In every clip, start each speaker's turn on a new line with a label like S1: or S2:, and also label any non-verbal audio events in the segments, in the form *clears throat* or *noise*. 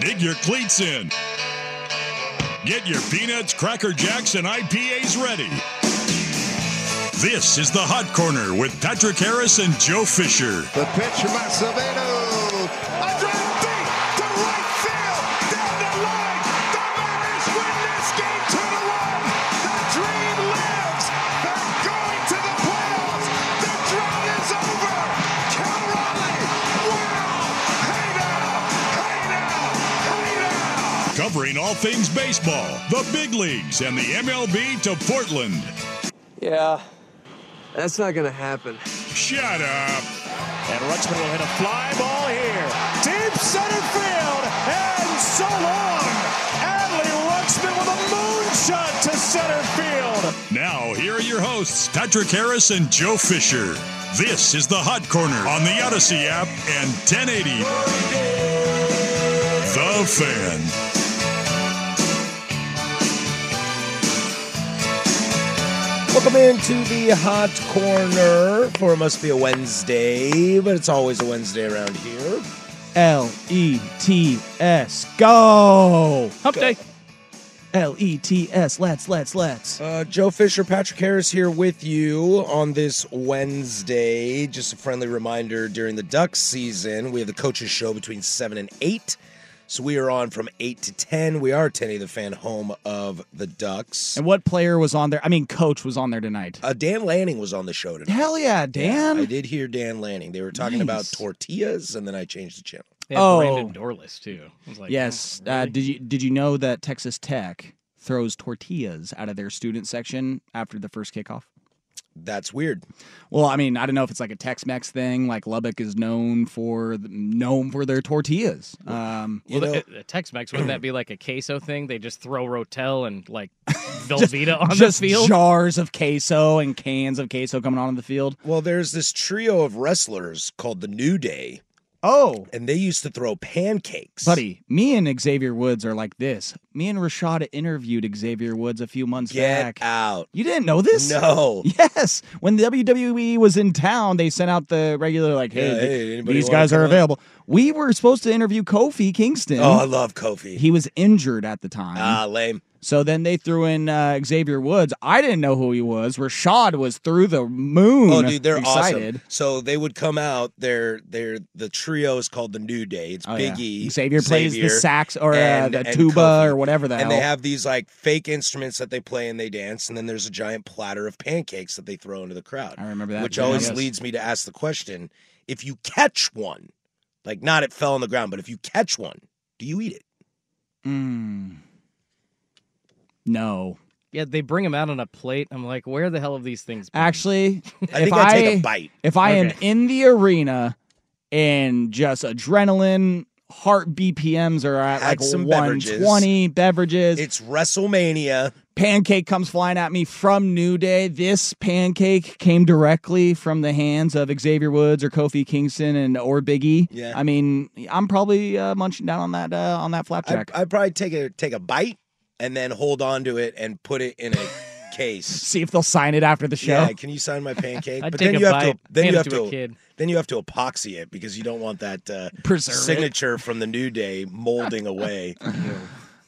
S1: Dig your cleats in. Get your peanuts, cracker jacks, and IPAs ready. This is the Hot Corner with Patrick Harris and Joe Fisher.
S2: The pitch from Acevedo. A drive deep to right field. Down the line. The Mariners win this game two to one. The dream lives. They're going to the playoffs. The drought is over. Cal Raleigh. Wow. Hey now. Hey now. Hey now.
S1: Covering all things baseball, the big leagues, and the MLB to Portland.
S3: Yeah, that's not gonna happen.
S1: Shut up.
S4: And Rutschman will hit a fly ball here. Deep center field. And so long. Adley Rutschman with a moonshot to center field.
S1: Now, here are your hosts, Patrick Harris and Joe Fisher. This is the Hot Corner on the Odyssey app and 1080. The Fan.
S5: Welcome into the hot corner for it must be a Wednesday, but it's always a Wednesday around here.
S6: L E T S. Go. Hump
S5: day.
S6: L E T S. Let's let's let's.
S5: Uh, Joe Fisher, Patrick Harris here with you on this Wednesday. Just a friendly reminder during the Ducks season, we have the coaches show between 7 and 8. So we are on from 8 to 10. We are 10 the fan home of the Ducks.
S6: And what player was on there? I mean, coach was on there tonight.
S5: Uh, Dan Lanning was on the show today.
S6: Hell yeah, Dan.
S5: I did hear Dan Lanning. They were talking about
S6: Nice.
S5: tortillas, and then I changed the channel.
S7: They have
S6: Oh.
S7: Brandon Dorless too. I was like,
S6: yes.
S7: oh,
S6: Uh,
S7: really?
S6: did you did you know that Texas Tech throws tortillas out of their student section after the first kickoff?
S5: That's weird.
S6: Well, I mean, I don't know if it's like a Tex-Mex thing. Like Lubbock is known for known for their tortillas. Um,
S5: You
S7: well,
S5: know,
S7: the, uh, Tex-Mex wouldn't that be like a queso thing? They just throw Rotel and
S6: *laughs*
S7: like Velveeta on
S6: just
S7: the field.
S6: jars of queso and cans of queso coming onto the field.
S5: Well, there's this trio of wrestlers called the New Day,
S6: Oh,
S5: and they used to throw pancakes.
S6: Buddy, me and Xavier Woods are like this. Me and Rashada interviewed Xavier Woods a few months
S5: get
S6: back.
S5: out.
S6: You didn't know this? *laughs*
S5: No.
S6: Yes. When the WWE was in town, they sent out the regular, like, hey,
S5: Yeah,
S6: th-
S5: hey, anybody
S6: these
S5: wanna
S6: guys
S5: come
S6: are
S5: on?
S6: available. We were supposed to interview Kofi Kingston.
S5: Oh, I love Kofi.
S6: he was injured at the time.
S5: ah, lame.
S6: so then they threw in uh, Xavier Woods. I didn't know who he was. Rashad was through the moon.
S5: Oh, dude, they're
S6: excited.
S5: awesome. So they would come out. They're they're the trio is called the New Day. It's
S6: Oh, yeah.
S5: Big E.
S6: Xavier plays the sax or, uh,
S5: and-
S6: the
S5: and
S6: tuba
S5: Kofi.
S6: or whatever the
S5: And they
S6: hell.
S5: have these like fake instruments that they play and they dance, and then there's a giant platter of pancakes that they throw into the crowd.
S6: I remember that.
S5: which
S6: Yeah.
S5: always
S7: Yes.
S5: leads me to ask the question: If you catch one, like not it fell on the ground, but if you catch one, do you eat it?
S6: Mm. No.
S7: Yeah, they bring them out on a plate. I'm like, where the hell have these things? been?
S6: Actually,
S5: I
S6: if
S5: think
S6: I
S5: I take a bite.
S6: if I am
S7: Okay.
S6: in the arena and just adrenaline, heart BPMs are at
S5: Had
S6: like
S5: some
S6: 120 beverages.
S5: It's WrestleMania.
S6: pancake comes flying at me from New Day. This pancake came directly from the hands of Xavier Woods or Kofi Kingston and or Biggie.
S5: Yeah.
S6: I mean, I'm probably uh, munching down on that uh, on that
S5: I,
S6: flapjack.
S5: I probably take a take a bite and then hold on to it and put it in a
S6: *laughs*
S5: case.
S6: See if they'll sign it after the show.
S5: Yeah, can you sign my pancake?
S7: *laughs* I'd
S5: but
S7: take
S5: then
S7: a
S5: you have to
S7: bite,
S5: then
S7: hand
S5: you
S7: it
S5: have
S7: to a
S5: to
S7: kid.
S5: then you have to epoxy it because you don't want that uh,
S6: Preserve
S7: *laughs*
S6: it.
S5: signature from the new day molding away.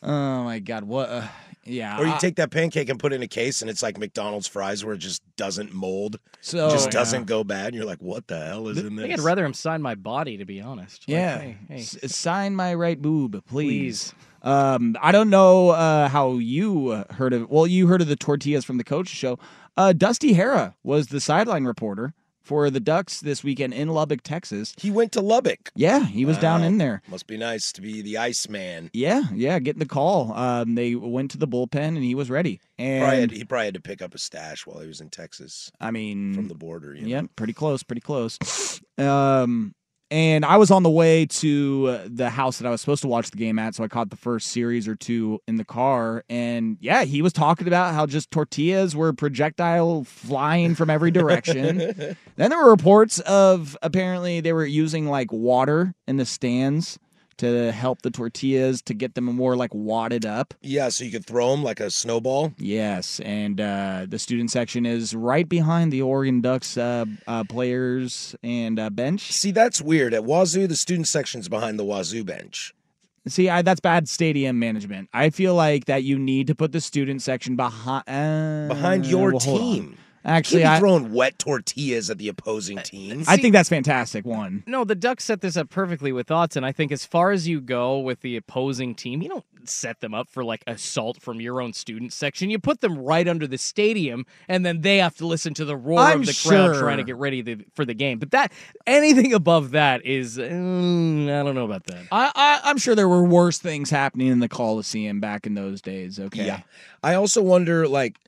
S6: Oh my god, what? Uh, Yeah,
S5: Or you
S6: I-
S5: take that pancake and put it in a case, and it's like McDonald's fries, where it just doesn't mold,
S6: So
S7: Oh,
S5: just
S7: yeah.
S5: doesn't go bad. And you're like, what the hell is in
S7: I
S5: this?
S7: think I'd rather him sign my body, to be honest. Like,
S6: Yeah.
S7: hey, hey,
S6: S- sign my right boob, please.
S7: Please.
S6: Um, I don't know uh, how you uh, heard of. Well, you heard of the tortillas from the coach show. Uh, Dusty Hera was the sideline reporter for the Ducks this weekend in Lubbock, Texas.
S5: he went to Lubbock.
S6: Yeah, he was down
S5: Wow.
S6: in there.
S5: Must be nice to be the Iceman.
S6: Yeah, yeah, getting the call. Um, they went to the bullpen and he was ready.
S5: Probably
S6: And
S5: had, he probably had to pick up a stash while he was in Texas
S6: I
S7: Mm.
S6: mean,
S5: from the border. You know?
S6: Yeah, pretty close, pretty close. Um, and I was on the way to uh, the house that I was supposed to watch the game at, so I caught the first series or two in the car. And yeah, he was talking about how just tortillas were projectile flying from
S5: *laughs*
S6: every direction. then there were reports of apparently they were using like water in the stands to help the tortillas to get them more like wadded up.
S5: Yeah, so you could throw him like a snowball.
S6: Yes, and uh, the student section is right behind the Oregon Ducks uh, uh, players and uh, bench.
S5: See, that's weird. At Wazoo, the student section's behind the Wazoo bench.
S6: See, I, that's bad stadium management. I feel like that you need to put the student section behind uh,
S5: Behind your
S6: well, hold on.
S5: team. Can't
S6: Actually,
S5: be
S6: I, Uh,
S5: throwing wet tortillas at the opposing team.
S6: I think that's fantastic. One,
S7: No, the Ducks set this up perfectly with odds, and I think as far as you go with the opposing team, you don't set them up for like assault from your own student section. You put them right under the stadium, and then they have to listen to the roar
S6: I'm
S7: of the crowd
S6: sure.
S7: trying to get ready the, for the game. But that anything above that is, mm, I don't know about that.
S6: I, I, I'm sure there were worse things happening in the Coliseum back in those days. Okay,
S5: Yeah. I also wonder, like,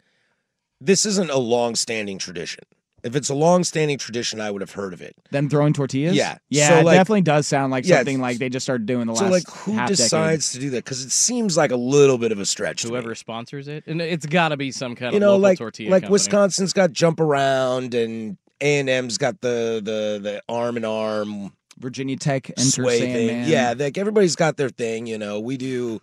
S5: this isn't a long-standing tradition. If it's a long-standing tradition, I would have heard of it.
S6: them throwing tortillas.
S5: Yeah.
S6: yeah,
S5: So,
S6: it
S5: like-
S6: definitely does sound like
S5: Yeah,
S6: something
S5: it's-
S6: like they just started doing the
S5: So,
S6: last.
S5: like, who
S6: half decade.
S5: decides to do that? Because it seems like a little bit of a stretch. to me.
S7: Whoever sponsors it, and it's got to be some kind
S5: you
S7: of
S5: know,
S7: local
S5: like
S7: tortilla
S5: like
S7: company.
S5: Wisconsin's got jump around and A and M's got the the the arm in arm
S6: Virginia Tech enter
S5: sway thing.
S6: Sandman?
S5: Yeah, like everybody's got their thing. You know, we do.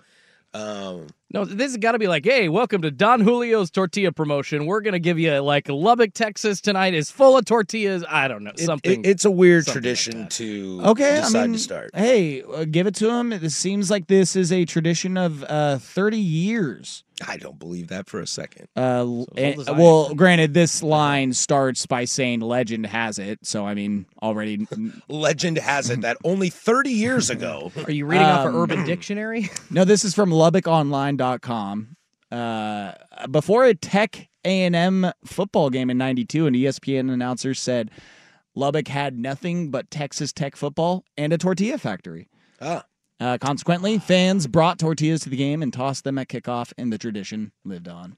S5: Um,
S7: No, this has got to be like, hey, welcome to Don Julio's tortilla promotion. We're gonna give you like Lubbock, Texas tonight is full of tortillas. I don't know
S5: it-
S7: something.
S5: it- it's a weird
S7: something like
S5: tradition
S7: that.
S5: to
S6: okay
S5: decide
S6: I mean,
S5: to start.
S6: hey uh, give it to him it seems like this is a tradition of uh 30 years
S5: I don't believe that for a second.
S6: uh, l-
S7: So as old as
S6: eh,
S7: I
S6: well
S7: am.
S6: granted this line starts by saying legend has it so i mean already
S5: Legend has it that only 30
S6: *laughs*
S5: years ago.
S7: Are you reading off of
S6: Um,
S5: *clears throat*
S7: Urban Dictionary? *laughs*
S6: no this is from lubbockonline.com uh before a tech a&m football game in 92 an E espn announcer said lubbock had nothing but texas tech football and a tortilla factory
S5: Ah,
S6: Uh, consequently, fans brought tortillas to the game and tossed them at kickoff, and the tradition lived on.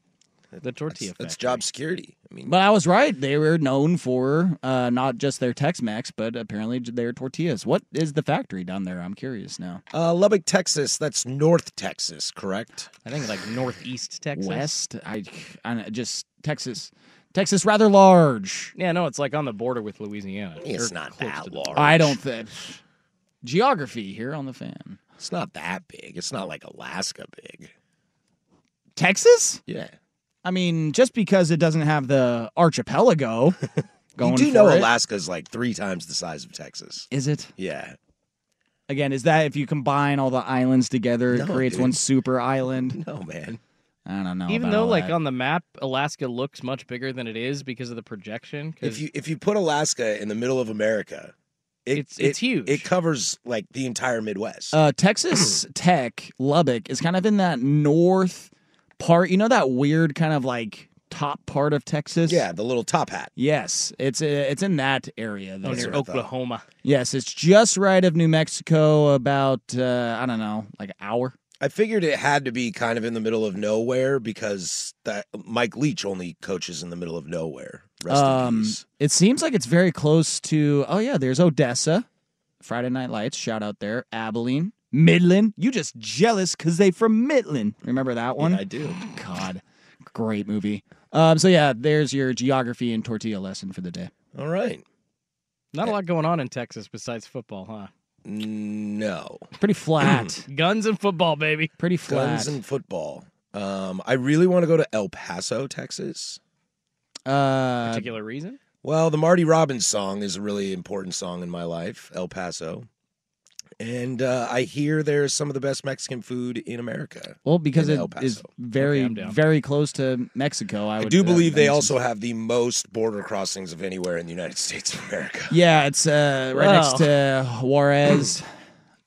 S7: the tortilla.
S5: that's, that's
S7: factory.
S5: job security. I mean,
S6: But I was right; they were known for uh, not just their Tex-Mex, but apparently their tortillas. What is the factory down there? I'm curious now.
S5: uh, Lubbock, Texas, that's North Texas, correct?
S7: I think like northeast Texas.
S6: West, I, I don't- just Texas, Texas rather large.
S7: Yeah, no, it's like on the border with Louisiana.
S5: It's
S7: Or
S5: not
S7: close
S5: that
S7: to the-
S5: large.
S6: I don't think geography here on the fan.
S5: It's not that big. It's not like Alaska big.
S6: Texas?
S5: Yeah.
S6: I mean, just because it doesn't have the archipelago going.
S5: *laughs* You do
S6: for
S5: know
S6: it.
S5: Alaska's like three times the size of Texas.
S6: Is it?
S5: Yeah.
S6: Again, is that if you combine all the islands together, it
S5: No,
S6: creates
S5: dude.
S6: one super island?
S5: No, man.
S6: I don't know.
S7: Even
S6: about
S7: though
S6: all
S7: like
S6: that.
S7: on the map, Alaska looks much bigger than it is because of the projection. 'cause
S5: If you if you put Alaska in the middle of America, it,
S7: It's- it's
S5: it-
S7: huge.
S5: It covers like the entire Midwest.
S6: uh,
S5: *clears throat*
S6: Texas Tech Lubbock is kind of in that north part. You know that weird kind of like top part of Texas.
S5: yeah, the little top hat.
S6: Yes, it's uh, it's in that area.
S7: oh,
S6: There.
S7: near
S5: what I thought.
S7: Oklahoma,
S6: Yes, it's just right of New Mexico, about uh, I don't know, like an hour.
S5: I figured it had to be kind of in the middle of nowhere because that Mike Leach only coaches in the middle of nowhere. Rest in
S6: Um,
S5: peace.
S6: it seems like it's very close to. Oh yeah, there's Odessa, Friday Night Lights. Shout out there, Abilene, Midland. You just jealous because they from Midland. Remember that one?
S5: Yeah, I do.
S6: God, great movie. Um, so yeah, there's your geography and tortilla lesson for the day.
S5: All right.
S7: not a
S5: Eh.
S7: lot going on in Texas besides football, huh?
S5: No. *clears throat*
S6: Pretty flat.
S7: Guns and football, baby.
S6: Pretty flat.
S5: Guns and football. Um, I really want to go to El Paso, Texas.
S6: uh,
S7: Particular reason?
S5: Well, the Marty Robbins song is a really important song in my life, El Paso. And uh, I hear there's some of the best Mexican food in America.
S6: Well, because
S5: In
S6: it
S5: El
S6: is
S5: Paso.
S6: very,
S7: Okay, I'm down.
S6: very close to Mexico. I,
S5: I
S6: would,
S5: do believe
S6: uh,
S5: they
S6: mention.
S5: also have the most border crossings of anywhere in the United States of America.
S6: Yeah, it's uh, right next to
S5: *clears throat*
S6: Juarez.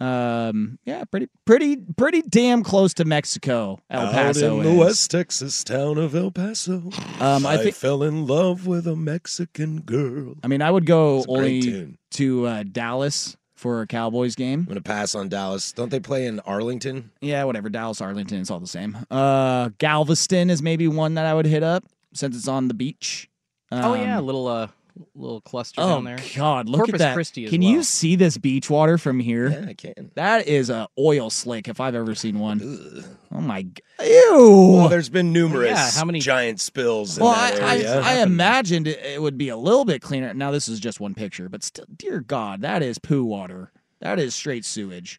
S6: um, yeah, pretty, pretty, pretty damn close to Mexico. El Paso
S5: Out in
S6: is.
S5: the West Texas town of El Paso,
S6: Um, I
S5: I,
S6: think.
S5: fell in love with a Mexican girl.
S6: I mean, I would go
S5: It's a great
S6: only
S5: tune.
S6: to uh, Dallas for a Cowboys game.
S5: I'm gonna pass on Dallas. Don't they play in Arlington?
S6: Yeah, whatever. Dallas, Arlington, it's all the same. Uh, Galveston is maybe one that I would hit up since it's on the beach.
S7: oh yeah, a
S6: Um,
S7: little uh, little cluster
S6: Oh
S7: down there.
S6: God, look at
S7: Corpus
S6: that!
S7: Christi as
S6: Can you
S7: well.
S6: see this beach water from here?
S5: Yeah, I can.
S6: That is a oil slick if I've ever seen one.
S5: Ugh.
S6: Oh my g- ew!
S5: Well, there's been numerous
S7: Yeah, how many-
S5: giant spills in
S6: Well,
S5: that
S6: I,
S5: area.
S6: I, I imagined it, it would be a little bit cleaner. Now this is just one picture, but still, dear God, that is poo water. That is straight sewage.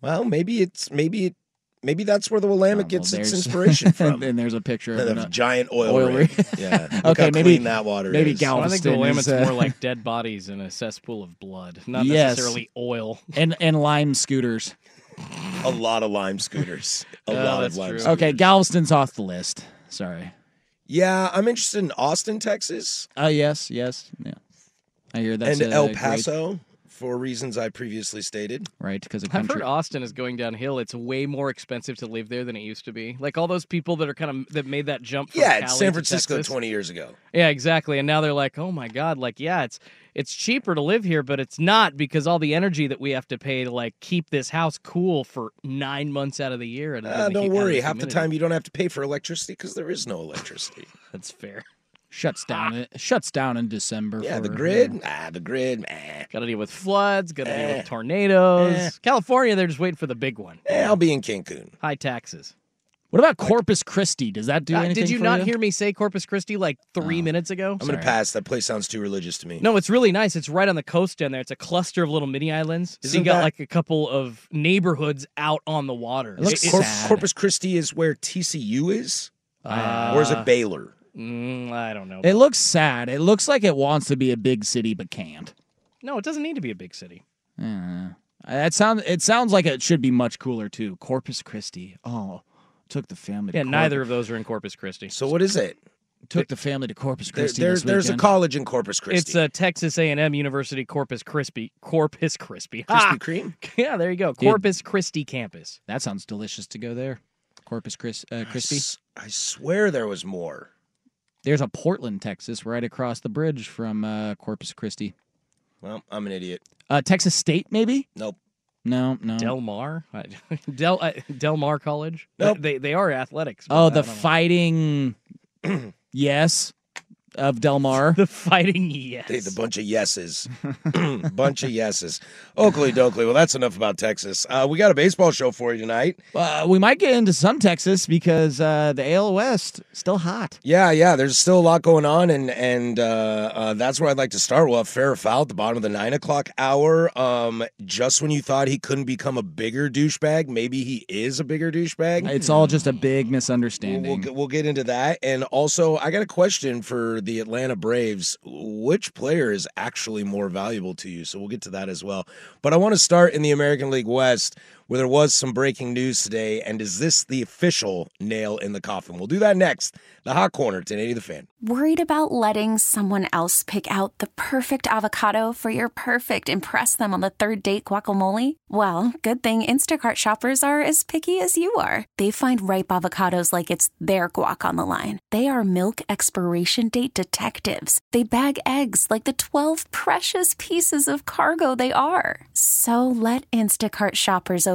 S5: well, maybe it's maybe it maybe that's where the Willamette
S6: Oh,
S5: gets
S6: well,
S5: its
S6: there's- *laughs*
S5: inspiration from.
S6: and, and there's a picture of
S5: Of
S6: an-
S5: giant oil,
S6: oil
S5: rig.
S6: rig.
S5: yeah. Look
S6: Okay,
S5: how
S6: maybe-
S5: clean that water
S6: maybe
S5: is.
S6: Gal-
S7: Well, I think the
S6: Galveston is,
S7: Willamette's
S6: uh,
S7: more like dead bodies in a cesspool of blood, not
S6: Yes.
S7: necessarily oil.
S6: *laughs* and and lime scooters.
S5: a lot of lime scooters.
S6: *laughs* Oh,
S5: A
S7: Yeah,
S5: lot of
S7: Oh, that's
S5: lime.
S7: true.
S5: Scooters.
S6: Okay, Galveston's off the list. Sorry.
S5: Yeah, I'm interested in Austin, Texas,
S6: Oh yes, yes, yeah. I hear that's
S5: and
S6: a- a
S5: El
S6: great-
S5: Paso for reasons I previously stated.
S6: right? Because of
S7: I've heard
S6: country.
S7: Austin is going downhill. It's way more expensive to live there than it used to be. Like all those people that are kind of that made that jump. From
S5: yeah, it's
S7: Cali
S5: San
S7: to
S5: Francisco
S7: Texas.
S5: 20 years ago.
S7: Yeah, exactly. And now they're like, oh my god, like yeah, it's it's cheaper to live here, but it's not because all the energy that we have to pay to like keep this house cool for nine months out of the year. And live
S5: Uh,
S7: in the
S5: don't
S7: heat- out of
S5: worry, half the
S7: humidity."
S5: time you don't have to pay for electricity because there is no electricity.
S6: *laughs*
S7: that's fair.
S6: shuts down. It shuts down in December.
S5: yeah, the
S6: for-
S5: grid, ah, the grid, meh.
S7: Got to deal with floods. Got to deal
S5: Eh.
S7: with tornadoes.
S5: Eh.
S7: California, they're just waiting for the big one.
S5: Eh, I'll be in Cancun.
S7: High taxes.
S6: What about Corpus Christi? Does that do
S7: Uh,
S6: anything?
S7: did you
S6: for
S7: not hear me say Corpus Christi like three
S6: Oh.
S7: minutes ago?
S5: I'm going to
S6: Sorry.
S5: pass. That place sounds too religious to me.
S7: No, it's really nice. It's right on the coast down there. It's a cluster of little mini islands. so
S5: Isn't
S7: you got
S5: that-
S7: like a couple of neighborhoods out on the water.
S6: It looks
S7: It-
S5: Cor-
S7: it's-
S6: sad.
S5: Corpus Christi is where TCU is,
S6: Ah.
S7: uh,
S5: or is it Baylor?
S7: mm, I don't
S5: Eh.
S7: know.
S6: It looks sad. It looks like it wants to be a big city but can't.
S7: no, it doesn't need to be a big city.
S6: Uh, that sounds. It sounds like it should be much cooler too. Corpus Christi. Oh, took the family.
S7: Yeah,
S6: to
S7: neither
S6: Corpus,
S7: of those are in Corpus Christi.
S5: So what is it?
S6: took the family to Corpus
S5: There,
S6: Christi.
S5: there-
S6: this
S5: there's a
S6: weekend.
S5: college in Corpus Christi.
S7: It's a Texas A&M University Corpus Crispy. Corpus Crispy. Ah! *laughs*
S5: Krispy Kreme.
S7: Yeah, there you go. Corpus Christi campus.
S6: That sounds delicious to go there. Corpus Chris, uh, Christi.
S5: S- I swear there was more.
S6: There's a Portland, Texas, right across the bridge from uh, Corpus Christi.
S5: Well, I'm an idiot.
S6: Uh, Texas State, maybe?
S5: Nope.
S6: No, no.
S7: Del Mar? I- *laughs* Del, uh, Del Mar College?
S5: Nope.
S7: They, they are athletics. but
S6: oh,
S7: I
S6: the
S7: don't know. *clears throat*
S6: fighting. yes, of Del Mar.
S7: The fighting yes.
S5: They, the bunch of yeses. *clears throat* bunch of yeses. Oakley Doakley. Well, that's enough about Texas. Uh, we got a baseball show for you tonight.
S6: Uh, we might get into some Texas because uh, the AL West still hot.
S5: Yeah, yeah. There's still a lot going on, and and uh, uh, that's where I'd like to start. We'll have Farrah Fowl at the bottom of the nine o'clock hour. Um, just when you thought he couldn't become a bigger douchebag, maybe he is a bigger douchebag.
S6: It's all just a big
S5: We'll, we'll,
S6: misunderstanding.
S5: get- we'll get into that. And also, I got a question for the Atlanta Braves. Which player is actually more valuable to you? So we'll get to that as well. But I want to start in the American League West, where there was some breaking news today. And is this the official nail in the coffin? We'll do that next. The Hot Corner, 1080 The Fan.
S8: Worried about letting someone else pick out the perfect avocado for your perfect impress them on the third date guacamole? Well, good thing Instacart shoppers are as picky as you are. They find ripe avocados like it's their guac on the line. They are milk expiration date detectives. They bag eggs like the 12 precious pieces of cargo they are. So let Instacart shoppers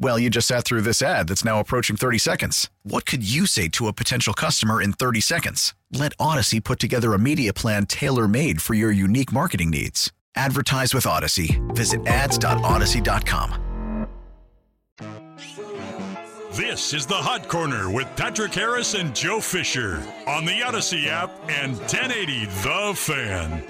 S9: Well, you just sat through this ad that's now approaching 30 seconds. What could you say to a potential customer in 30 seconds? Let Odyssey put together a media plan tailor made for your unique marketing needs. Advertise with Odyssey. Visit ads.odyssey.com.
S1: This is the Hot Corner with Patrick Harris and Joe Fisher on the Odyssey app and 1080 The Fan.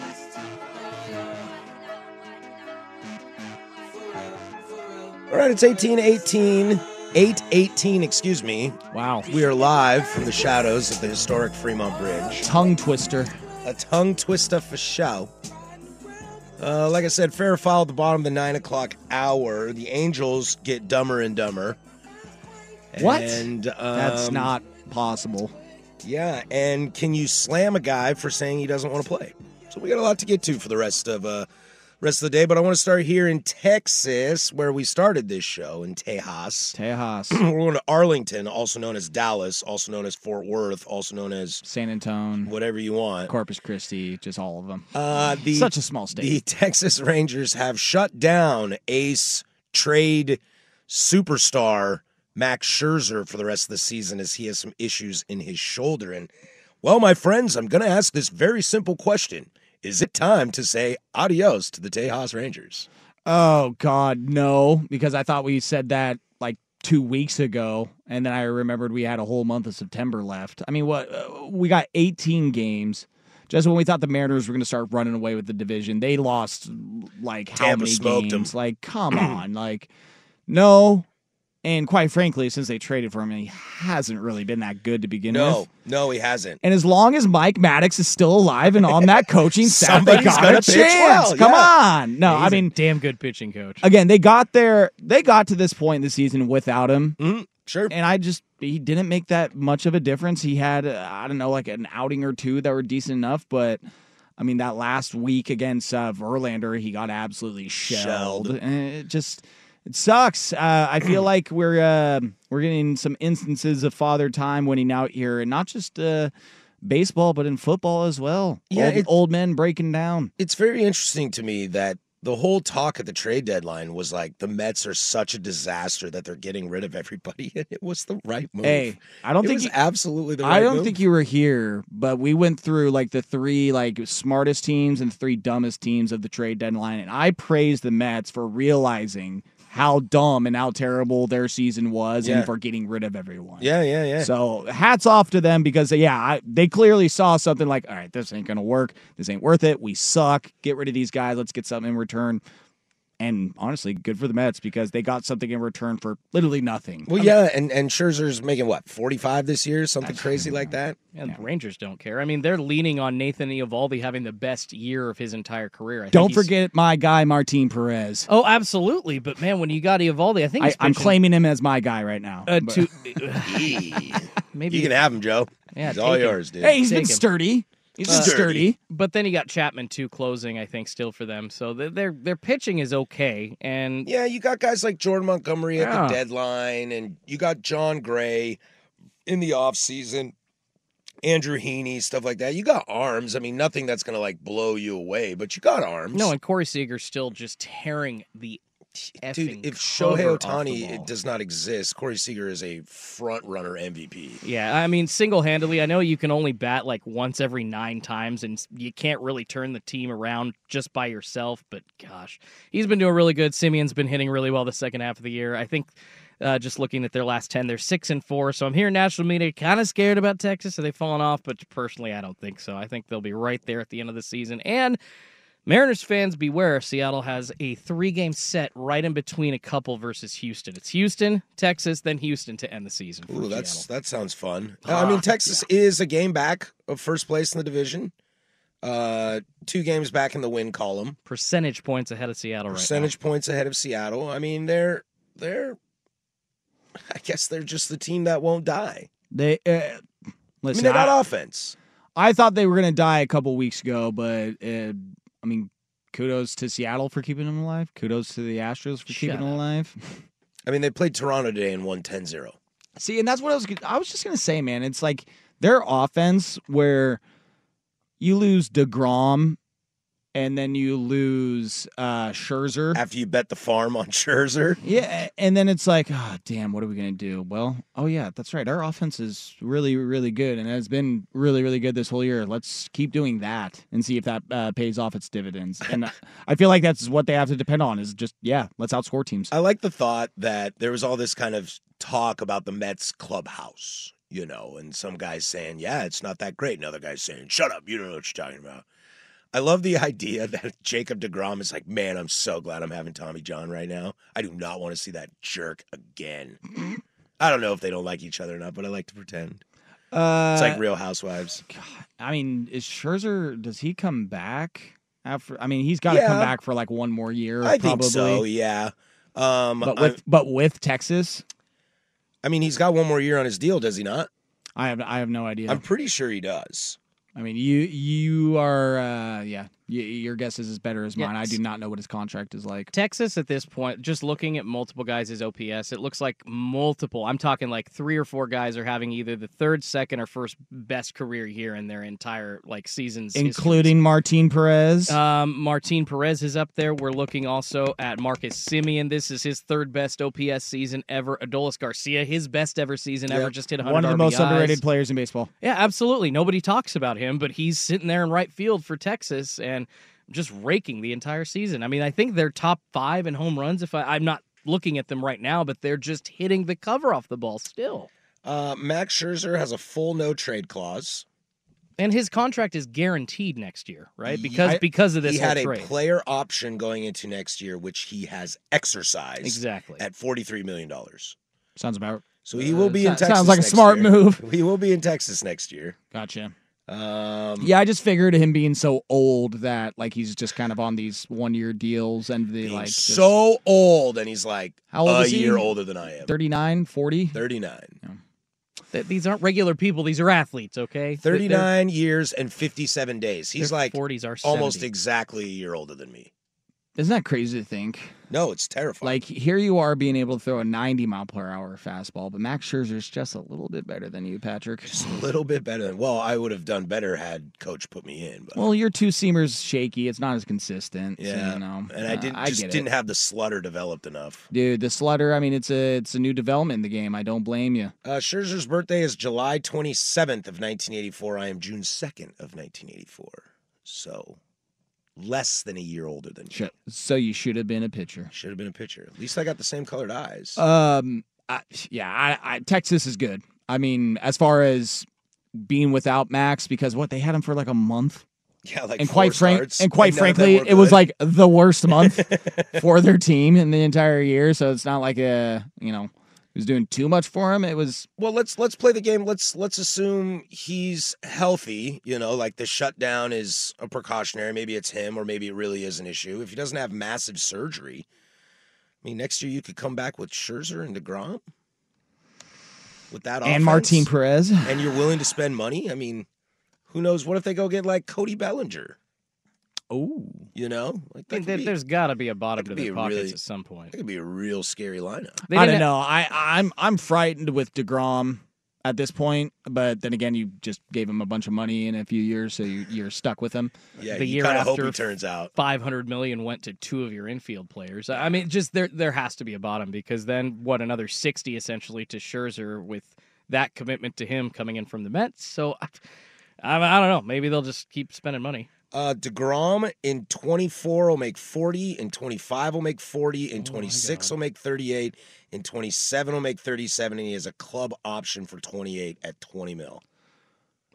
S5: All right, it's 1818. 818, excuse me.
S6: Wow.
S5: We are live from the shadows of the historic Fremont Bridge.
S6: Tongue twister.
S5: A tongue twister for show. Uh, like I said, fair foul at the bottom of the nine o'clock hour. The Angels get dumber and dumber.
S6: What?
S5: And,
S6: That's
S5: um,
S6: not possible.
S5: Yeah, and can you slam a guy for saying he doesn't want to play? So we got a lot to get to for the rest of uh rest of the day, but I want to start here in Texas where we started this show in Tejas.
S6: Tejas,
S7: *clears throat*
S5: We're going to Arlington, also known as Dallas, also known as Fort Worth, also known as
S6: San Antone,
S5: whatever you want.
S6: Corpus Christi, just all of them.
S5: Uh the
S6: Such a small state.
S5: the *laughs* Texas Rangers have shut down ace trade superstar Max Scherzer for the rest of the season as he has some issues in his shoulder. And, well, my friends, I'm going to ask this very simple question Is it time to say adios to the Tejas Rangers?
S6: Oh God, no! Because I thought we said that like two weeks ago, and then I remembered we had a whole month of September left. I mean, what uh, we got 18 games. Just when we thought the Mariners were going to start running away with the division, they lost like how
S5: Tampa
S6: many
S5: smoked 'em.
S6: games?
S5: *clears throat*
S6: Like, come on, like no. And quite frankly, since they traded for him, he hasn't really been that good to begin
S5: No,
S6: with.
S5: no, he hasn't.
S6: And as long as Mike Maddox is still alive and on
S5: *laughs*
S6: that coaching staff, they
S5: Somebody's
S6: got
S5: gonna
S6: a
S5: pitch
S6: chance.
S5: well,
S6: Come
S5: yeah.
S6: on, no, I
S7: He's a
S6: mean
S7: damn good pitching coach.
S6: again, they got there. They got to this point in the season without him,
S5: Mhm, sure.
S6: and I just he didn't make that much of a difference. He had uh, I don't know like an outing or two that were decent enough, but I mean that last week against uh, Verlander, he got absolutely shelled.
S5: Shelled.
S6: And it just it sucks. Uh,
S5: *clears throat*
S6: I feel like we're uh, we're getting some instances of father time winning out here, and not just. Uh, Baseball, but in football as well.
S5: Yeah,
S6: old,
S5: it's-
S6: old men breaking down.
S5: It's very interesting to me that the whole talk at the trade deadline was like the Mets are such a disaster that they're getting rid of everybody, *laughs* and it was the right move.
S6: Hey, I don't
S5: it
S6: think
S5: was
S6: you-
S5: absolutely the right
S6: I don't
S5: move.
S6: think you were here, but we went through like the three like smartest teams and the three dumbest teams of the trade deadline, and I praised the Mets for realizing how dumb and how terrible their season was,
S5: Yeah.
S6: and for getting rid of everyone.
S5: Yeah, yeah, yeah.
S6: So hats off to them because yeah, I, they clearly saw something like, all right, this ain't gonna work. This ain't worth it. We suck. Get rid of these guys. Let's get something in return. And honestly, good for the Mets because they got something in return for literally nothing.
S5: Well, yeah, and and Scherzer's making what forty five this year, something crazy like *laughs* that.
S7: And the Rangers don't care. I mean, they're leaning on Nathan Eovaldi having the best year of his entire career. I think
S6: Don't
S7: he's-
S6: forget my guy Martin Perez.
S7: Oh, absolutely. But man, when you got Eovaldi, I think
S6: I,
S7: he's
S6: I'm
S7: pitching,
S6: claiming him as my guy right now.
S7: *laughs* uh,
S6: But- *laughs*
S7: to maybe.
S5: You can have him, Joe.
S7: Yeah,
S5: He's all
S7: take him.
S5: yours, dude.
S6: hey, he's been
S7: Take him.
S6: sturdy. He's been
S5: Sturdy.
S6: sturdy.
S7: but then you got Chapman too closing. I think still for them. So their their, their pitching is okay. And
S5: Yeah, you got guys like Jordan Montgomery at
S7: Yeah.
S5: the deadline, and you got John Gray in the offseason, Andrew Heaney, stuff like that. You got arms. I mean, nothing that's gonna like blow you away, but you got arms.
S7: no, and Corey Seager's still just tearing the effing
S5: dude, if
S7: cover
S5: Shohei
S7: off the
S5: Otani
S7: ball.
S5: it does not exist, Corey Seager is a front runner MVP.
S7: Yeah, I mean, single handedly, I know you can only bat like once every nine times, and you can't really turn the team around just by yourself. But gosh, he's been doing really good. Simeon's been hitting really well the second half of the year. I think uh, just looking at their last 10, they're six and four. So I'm hearing national media kind of scared about Texas. Are they falling off? But personally, I don't think so. I think they'll be right there at the end of the season. And Mariners fans, beware. Seattle has a three game set right in between a couple versus Houston. It's Houston, Texas, then Houston to end the season. for
S5: Ooh, that's
S7: Seattle.
S5: that sounds fun. Uh, I mean, Texas is a game back of first place in the division, uh, two games back in the win column,
S7: percentage points ahead of Seattle
S5: percentage points ahead of Seattle. I mean, they're they're, I guess they're just the team that won't die.
S6: They uh,
S5: I mean,
S6: listen.
S5: they got
S6: I,
S5: offense.
S6: I thought they were gonna die a couple weeks ago, but uh, I mean, kudos to Seattle for keeping them alive. Kudos to the Astros for keeping
S7: Shut
S6: them
S7: up.
S6: alive. *laughs*
S5: I mean, they played Toronto today and won 10-0.
S6: See, and that's what I was. I was just gonna say, man. It's like their offense where you lose Degrom and then you lose uh, Scherzer.
S5: After you bet the farm on *laughs* Scherzer.
S6: Yeah, and then it's like, oh, damn, what are we gonna do? Well, oh yeah, that's right. Our offense is really, really good, and has been really, really good this whole year. Let's keep doing that and see if that uh, pays off
S5: *laughs*
S6: its dividends. And uh, I feel like that's what they have to depend on is just yeah, let's outscore teams.
S5: I like the thought that there was all this kind of talk about the Mets clubhouse, you know, and some guys saying, yeah, it's not that great. Another guy's saying, shut up, you don't know what you're talking about. I love the *laughs* idea that Jacob DeGrom is like, man, I'm so glad I'm having Tommy John right now. I do not want to see that jerk again. I don't know if they don't like each other or not, but I like to pretend.
S6: Uh,
S5: it's like Real Housewives.
S6: God, I mean, is Scherzer, does he come back? After, I mean, he's got to
S5: Yeah.
S6: come back for like one more year.
S5: I
S6: probably.
S5: think so, yeah. Um,
S6: But with but with Texas,
S5: I, I mean, he's got one more year on his deal, does he not?
S6: I have I have no idea.
S5: I'm pretty sure he does.
S6: I mean, you you are uh, yeah. Y- your guess is as better as mine. I do
S7: Yes.
S6: not know what his contract is like.
S7: Texas at this point, just looking at multiple guys' OPS, it looks like multiple. I'm talking like three or four guys are having either the third, second, or first best career year in their entire like seasons, histories.
S6: including Martin Perez.
S7: Um, Martin Perez is up there. We're looking also at Marcus Simeon. This is his third best OPS season ever. Adolis Garcia, his best ever season ever, just hit 100
S6: one of the most
S7: RBIs.
S6: underrated players in baseball.
S7: Yeah, absolutely. Nobody talks about him, but he's sitting there in right field for Texas and just raking the entire season. I mean, I think they're top five in home runs. If I, I'm not looking at them right now, but they're just hitting the cover off the ball still.
S5: Uh, Max Scherzer has a full no trade clause.
S7: And his contract is guaranteed next year, right?
S5: Ye-
S7: Because
S5: I-
S7: because of this
S5: he
S7: whole
S5: had a
S7: trade.
S5: player option going into next year, which he has exercised
S7: exactly.
S5: at forty-three million dollars.
S6: Sounds about
S5: So he will
S6: Uh,
S5: be in
S6: so-
S5: Texas.
S6: sounds like a
S5: next
S6: smart
S5: year.
S6: move.
S5: *laughs* He will be in Texas next year.
S6: gotcha.
S5: Um,
S6: Yeah, I just figured him being so old that like he's just kind of on these one year deals and the
S5: being
S6: like just
S5: so old, and he's like
S6: How old
S5: a
S6: is he?
S5: year older than I am.
S6: 39, 40.
S5: Thirty-nine.
S7: Th- these aren't regular people, these are athletes, okay? Th- they're-
S5: Thirty-nine years and fifty-seven days. He's
S7: their
S5: like
S7: 40s are
S5: almost
S7: 70.
S5: exactly a year older than me.
S6: Isn't that crazy to think?
S5: No, it's terrifying.
S6: Like here you are being able to throw a 90 mile per hour fastball, but Max Scherzer's just a little bit better than you, Patrick.
S5: just a little bit better than. Well, I would have done better had Coach put me in. But
S6: Well, your two seamers shaky. It's not as consistent. so,
S5: yeah,
S6: you know,
S5: and I
S6: uh,
S5: didn't
S6: I
S5: just
S6: get it.
S5: didn't have the slutter developed enough.
S6: Dude, the slutter. I mean, it's a it's a new development in the game. I don't blame you.
S5: Uh, Scherzer's birthday is July 27th of 1984. I am June 2nd of 1984. So less than a year older than you.
S6: Shit. So you should have been a pitcher.
S5: Should have been a pitcher. At least I got the same colored eyes.
S6: Um, I, yeah, I, I, Texas is good. I mean, as far as being without Max, because what they had him for like a month,
S5: yeah, like
S6: and quite
S5: four
S6: frank,
S5: starts.
S6: and quite
S5: none of them
S6: frankly,
S5: were
S6: it was
S5: good.
S6: like the worst
S5: *laughs*
S6: month for their team in the entire year. So it's not like a you know it was doing too much for him. It was
S5: well, let's let's play the game. Let's let's assume he's healthy. You know, like the shutdown is a precautionary. Maybe it's him, or maybe it really is an issue. If he doesn't have massive surgery, I mean, next year you could come back with Scherzer and Degrom with that
S6: and
S5: offense.
S6: Martin Perez.
S5: and you're willing to spend money, I mean, who knows? What if they go get like Cody Bellinger?
S6: Oh,
S5: You know,
S7: I
S5: like that
S7: think
S5: could,
S7: that
S5: be,
S7: there's got to be a bottom
S5: that
S7: to
S5: could be
S7: their
S5: a
S7: pockets
S5: really-
S7: at some point.
S5: that could be a real scary lineup.
S7: They
S6: I
S7: didn't
S6: don't
S7: ha-
S6: know. I I'm I'm frightened with Degrom at this point, but then again, you just gave him a bunch of money in a few years, so you, you're stuck with him.
S5: Yeah,
S7: The
S5: you
S7: year
S5: kind of hope
S7: after-
S5: he turns out.
S7: 500 million went to two of your infield players. I mean, just there there has to be a bottom because then what another 60 essentially to Scherzer with that commitment to him coming in from the Mets. So I, I, I don't know. Maybe they'll just keep spending money.
S5: Uh, Degrom in 24 will make 40, in 25 will
S7: Oh
S5: make 40, in 26 will make 38, in 27 will make 37, and he has a club option for 28 at 20 mil.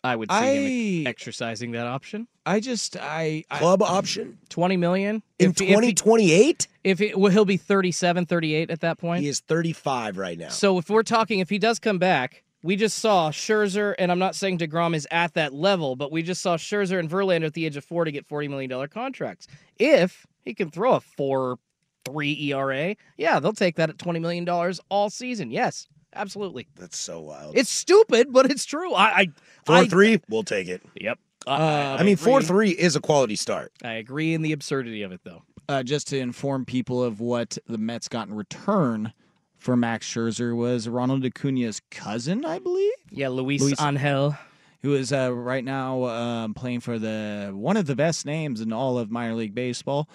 S7: I would see him
S6: I-
S7: exercising that option.
S6: I just I, I
S5: Club option
S7: 20 million
S5: in
S7: If- if he-
S5: 2028.
S7: If, it, well, he'll be 37, 38 at that point.
S5: He is 35 right now.
S7: So if we're talking, if he does come back, we just saw Scherzer, and I'm not saying Degrom is at that level, but we just saw Scherzer and Verlander at the age of 40 get 40 million dollar contracts. If he can throw a four three ERA, yeah, they'll take that at 20 million dollars all season. Yes, absolutely.
S5: That's so wild.
S7: It's stupid, but it's true. I, I
S5: four
S7: I-
S5: three, we'll take it.
S7: Yep.
S6: Uh,
S5: I mean,
S7: agree.
S5: four three is a quality start.
S7: I agree in the absurdity of it, though.
S6: uh, just to inform people of what the Mets got in return for Max Scherzer was Ronald Acuna's cousin, I believe,
S7: Yeah, Luis,
S6: Luis-
S7: Angel.
S6: who is uh, right now um, playing for the one of the best names in all of minor league baseball,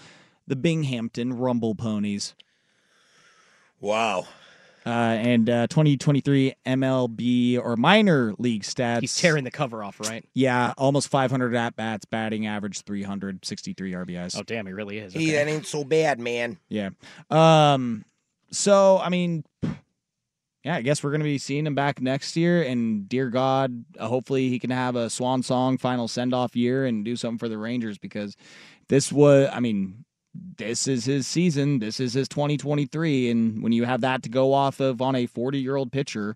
S6: the Binghamton Rumble Ponies.
S5: Wow.
S6: Uh, and uh, 2023 MLB or minor league stats.
S7: He's tearing the cover off,
S5: *laughs*
S7: right?
S6: Yeah, almost 500 at bats, batting average 363 RBIs.
S7: Oh, damn, he really is.
S5: Hey, that ain't so bad, man.
S6: Yeah. Um. So I mean, yeah, I guess we're gonna be seeing him back next year. And dear God, uh, hopefully he can have a swan song final send off year and do something for the Rangers because this was, I mean, this is his season. This is his 2023, and when you have that to go off of on a 40 year old pitcher,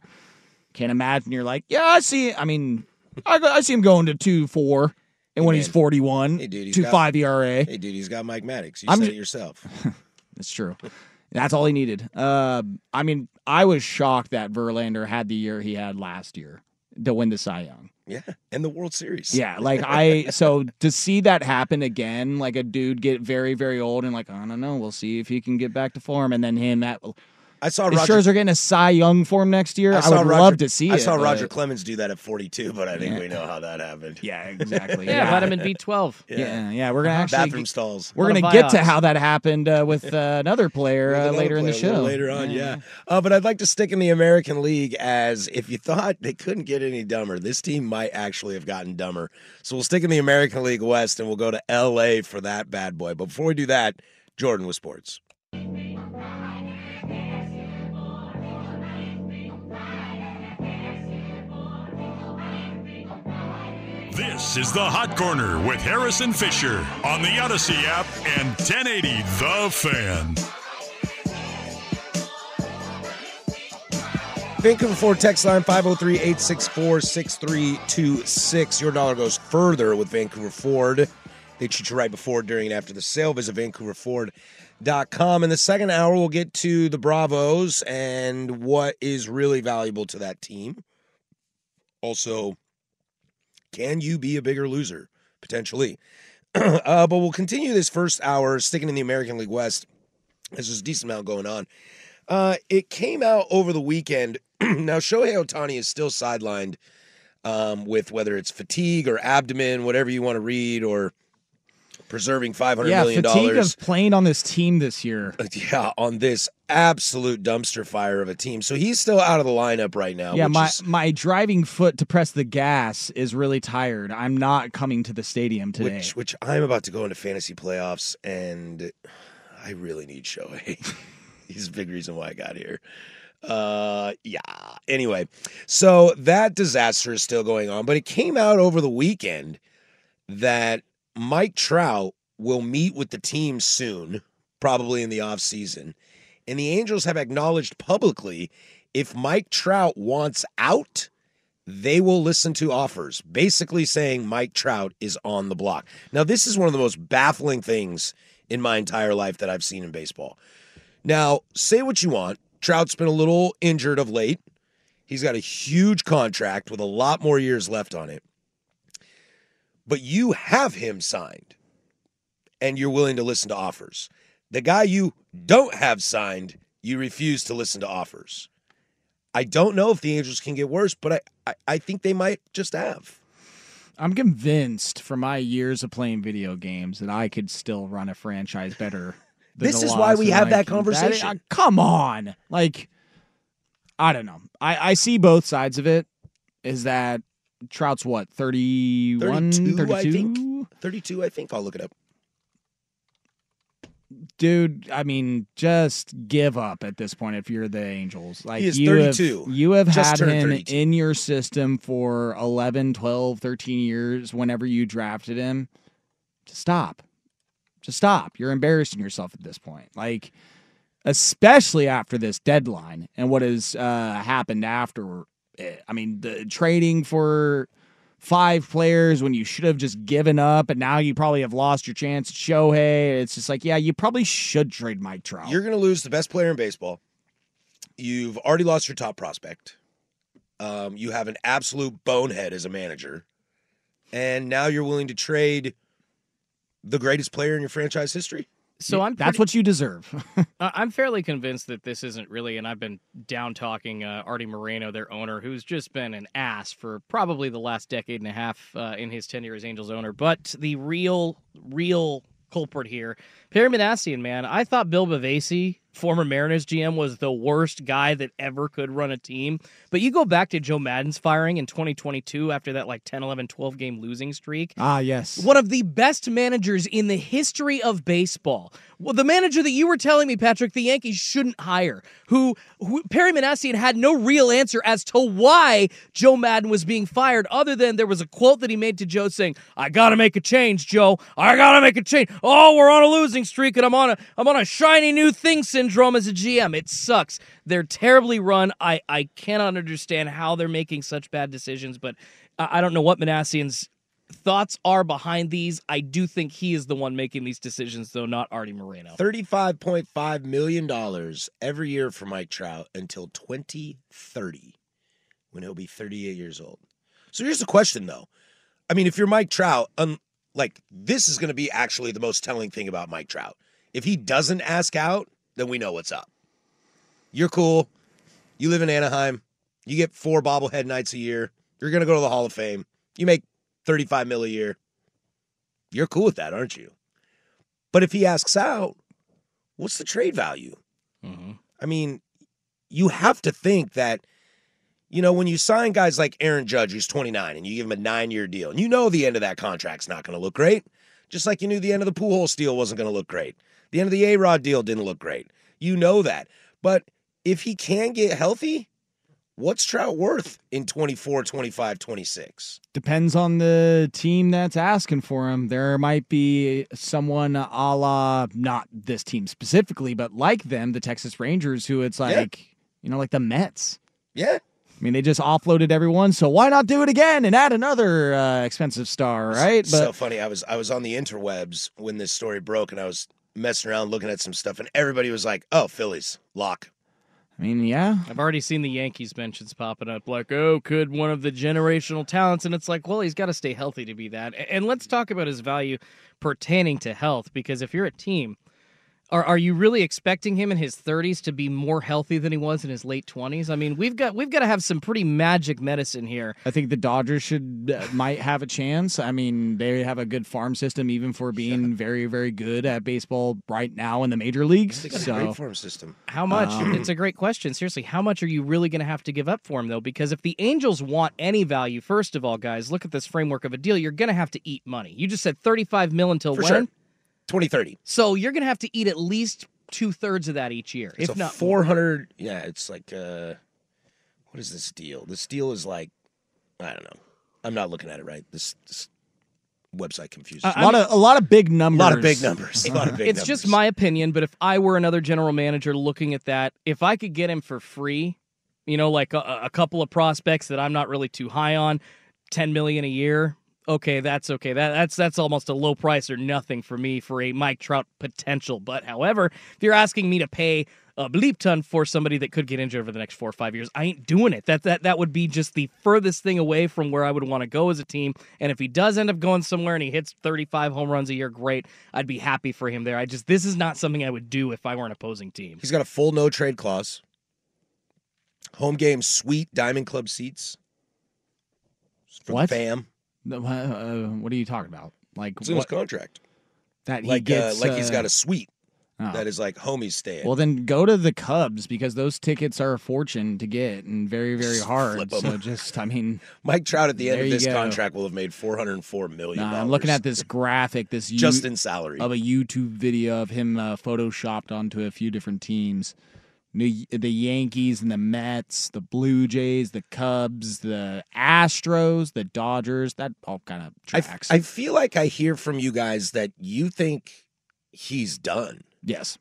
S6: can't imagine you're like, yeah, I see. I mean, I, I see him going to two four. And when
S5: Hey,
S6: he's
S5: man.
S6: 41,
S5: Hey, dude, he's
S6: two
S5: got-
S6: five E ERA.
S5: Hey, dude, he's got Mike Maddox. You
S6: I'm
S5: said
S6: ju-
S7: *laughs*
S5: it yourself.
S6: That's true. That's all he needed. Uh, I mean, I was shocked that Verlander had the year he had last year to win the Cy Young.
S5: Yeah, and the World Series.
S6: Yeah, like I so to see that happen again, like a dude get very very old and like I don't know, we'll see if he can get back to form, and then him at
S5: I saw
S6: is
S5: Roger.
S6: Scherzer getting a Cy Young form next year. I,
S5: saw
S6: would
S5: Roger-
S6: love to see
S5: I
S6: it.
S5: saw Roger
S6: but-
S5: Clemens do that at 42, but I think we know how that happened.
S6: *laughs* Yeah, exactly.
S7: Yeah, vitamin B12.
S5: *laughs*
S6: yeah, yeah, yeah. We're gonna actually
S5: Uh-huh. Bathroom stalls.
S6: we're
S7: Lot of
S6: gonna get to
S7: Vioxx.
S6: how that happened uh, with uh, another player
S5: With
S6: uh,
S5: another
S6: later in the
S5: player a
S6: show.
S5: little Later on, yeah. Uh, but I'd like to stick in the American League as if you thought they couldn't get any dumber, this team might actually have gotten dumber. So we'll stick in the American League West and we'll go to LA for that bad boy. But before we do that, Jordan with sports.
S1: This is the Hot Corner with Harrison Fisher on the Odyssey app and 1080 The Fan.
S5: Think of Ford text line 503 864 6326. Your dollar goes further with Vancouver Ford. They treat you right before, during, and after the sale. Visit VancouverFord.com. In the second hour, we'll get to the Bravos and what is really valuable to that team. Also, can you be a bigger loser? Potentially. *clears throat* uh, but we'll continue this first hour, sticking in the American League West. There's just a decent amount going on. Uh, it came out over the weekend. *clears throat* now Shohei Otani is still sidelined um, with whether it's fatigue or abdomen, whatever you want to read, or preserving five hundred
S6: Yeah,
S5: million
S6: fatigue
S5: dollars.
S6: of playing on this team this year.
S5: *laughs* Yeah, on this absolute dumpster fire of a team. So he's still out of the lineup right now.
S6: Yeah,
S5: Uh, which
S6: my
S5: is-
S6: my driving foot to press the gas is really tired. I'm not coming to the stadium today.
S5: Which, which I'm about to go into fantasy playoffs, and I really need Shohei. *laughs* He's a big reason why I got here. Uh, yeah. Anyway, so that disaster is still going on, but it came out over the weekend that Mike Trout will meet with the team soon, probably in the offseason. And the Angels have acknowledged publicly if Mike Trout wants out, they will listen to offers, basically saying Mike Trout is on the block. Now, this is one of the most baffling things in my entire life that I've seen in baseball. Now, say what you want. Trout's been a little injured of late. He's got a huge contract with a lot more years left on it. But you have him signed and you're willing to listen to offers. The guy you don't have signed, you refuse to listen to offers. I don't know if the Angels can get worse, but I, I, I think they might just have.
S6: I'm convinced from my years of playing video games that I could still run a franchise
S5: *laughs*
S6: better. than
S5: This
S6: the
S5: is why we
S6: Lions,
S5: have
S6: and I
S5: that
S6: can-
S5: conversation.
S6: uh, come on, like I don't know. I I see both sides of it. Is that Trout's what 31,
S5: 32,
S6: 32?
S5: I think. 32, I think. I'll look it up.
S6: dude, I mean, just give up at this point if you're the Angels. Like
S5: is
S6: you
S5: 32.
S6: Have, you have
S5: Just
S6: had
S5: turned
S6: him
S5: 32.
S6: in your system for 11, 12, 13 years whenever you drafted him. Just stop. Just stop. You're embarrassing yourself at this point. Like especially after this deadline and what has uh, happened after it. I mean, the trading for five players when you should have just given up, and now you probably have lost your chance at Shohei. It's just like, yeah, you probably should trade Mike Trout.
S5: You're going to lose the best player in baseball. You've already lost your top prospect. Um, you have an absolute bonehead as a manager. And now you're willing to trade the greatest player in your franchise history?
S7: So I'm
S6: that's
S7: pretty-
S6: what you deserve. *laughs*
S7: Uh, I'm fairly convinced that this isn't really, and I've been down talking uh, Artie Moreno, their owner, who's just been an ass for probably the last decade and a half uh, in his tenure as Angels owner. But the real, real culprit here, Perry Manassian, man. I thought Bill Bavasi, former Mariners GM, was the worst guy that ever could run a team. But you go back to Joe Madden's firing in 2022 after that like 10, 11, 12 game losing streak.
S6: ah, yes.
S7: One of the best managers in the history of baseball. Well, the manager that you were telling me, Patrick, the Yankees shouldn't hire, who, who Perry Manassian had no real answer as to why Joe Madden was being fired, other than there was a quote that he made to Joe saying, "I gotta make a change, Joe. I gotta make a change. Oh, we're on a losing streak, and I'm on a I'm on a shiny new thing syndrome as a GM. It sucks. They're terribly run. I I cannot understand how they're making such bad decisions, but." I I don't know what Manassian's thoughts are behind these. I do think he is the one making these decisions, though, not Artie Moreno.
S5: $35.5 million every year for Mike Trout until 2030, when he'll be 38 years old. So here's the question, though. I mean, if you're Mike Trout, um, like this is going to be actually the most telling thing about Mike Trout. If he doesn't ask out, then we know what's up. You're cool. You live in Anaheim. You get four bobblehead nights a year. You're going to go to the Hall of Fame. You make 35 mil a year. You're cool with that, aren't you? But if he asks out, what's the trade value? I mean, you have to think that, you know, when you sign guys like Aaron Judge, who's 29, and you give him a nine year deal, and you know the end of that contract's not going to look great, just like you knew the end of the Pujols deal wasn't going to look great. The end of the A Rod deal didn't look great. You know that. But if he can get healthy, what's Trout worth in 24, 25, 26?
S6: Depends on the team that's asking for him. There might be someone a la not this team specifically, but like them, the Texas Rangers, who it's
S5: Yeah.
S6: like you know, like the Mets.
S5: Yeah.
S6: I mean, they just offloaded everyone, so why not do it again and add another uh, expensive star, right?
S5: It's so funny. I was I was on the interwebs when this story broke, and I was messing around looking at some stuff, and everybody was like, "Oh, Phillies lock."
S6: I mean, yeah,
S7: I've already seen the Yankees mentions popping up like, oh, could one of the generational talents? And it's like, well, he's got to stay healthy to be that. A- And let's talk about his value pertaining to health, because if you're a team, are, are you really expecting him in his 30s to be more healthy than he was in his late 20s? I mean, we've got we've got to have some pretty magic medicine here.
S6: I think the Dodgers should uh, might have a chance. I mean, they have a good farm system, even for being very, very good at baseball right now in the major leagues.
S5: They got a
S6: So
S5: great farm system.
S7: How much?
S6: Um,
S7: it's a great question. Seriously, how much are you really going to have to give up for him, though? Because if the Angels want any value, first of all, guys, look at this framework of a deal. You're going to have to eat money. You just said 35 mil until
S5: For
S7: when?
S5: sure. 2030.
S7: So you're going to have to eat at least two thirds of that each year,
S5: It's
S7: if
S5: a
S7: not more.
S5: 400. Yeah, it's like uh, what is this deal? This deal is like, I don't know. I'm not looking at it right. This, this website confuses.
S6: a
S5: me.
S6: lot of a lot of big
S5: a
S6: numbers.
S5: lot of big numbers. A lot of big
S7: Uh, it's just
S5: numbers.
S7: my opinion, but if I were another general manager looking at that, if I could get him for free, you know, like a, a couple of prospects that I'm not really too high on, 10 million a year. Okay, that's okay. That that's that's almost a low price or nothing for me for a Mike Trout potential. But however, if you're asking me to pay a bleep ton for somebody that could get injured over the next four or five years, I ain't doing it. That that that would be just the furthest thing away from where I would want to go as a team. And if he does end up going somewhere and he hits 35 home runs a year, great. I'd be happy for him there. I just this is not something I would do if I were an opposing team.
S5: He's got a full no trade clause. Home game suite, Diamond Club seats. For
S6: What?
S5: The fam.
S6: No, uh, what are you talking about? Like
S5: It's in his
S6: what,
S5: contract.
S6: that he
S5: like
S6: gets,
S5: uh, like he's
S6: uh,
S5: got a suite
S6: oh.
S5: that is like homies stay at.
S6: Well, then go to the Cubs because those tickets are a fortune to get and very, very
S5: Just
S6: hard.
S5: flip 'em.
S6: So just, I mean,
S5: Mike Trout at the end
S6: there
S5: of
S6: you
S5: this
S6: go.
S5: contract will have made four hundred and four million.
S6: nah, I'm looking at this graphic, this U-
S5: *laughs* just in salary.
S6: of a YouTube video of him uh, photoshopped onto a few different teams. New, the Yankees and the Mets, the Blue Jays, the Cubs, the Astros, the Dodgers. That all kind of
S5: I, f-
S6: tracks.
S5: I feel like I hear from you guys that you think he's done.
S6: yes.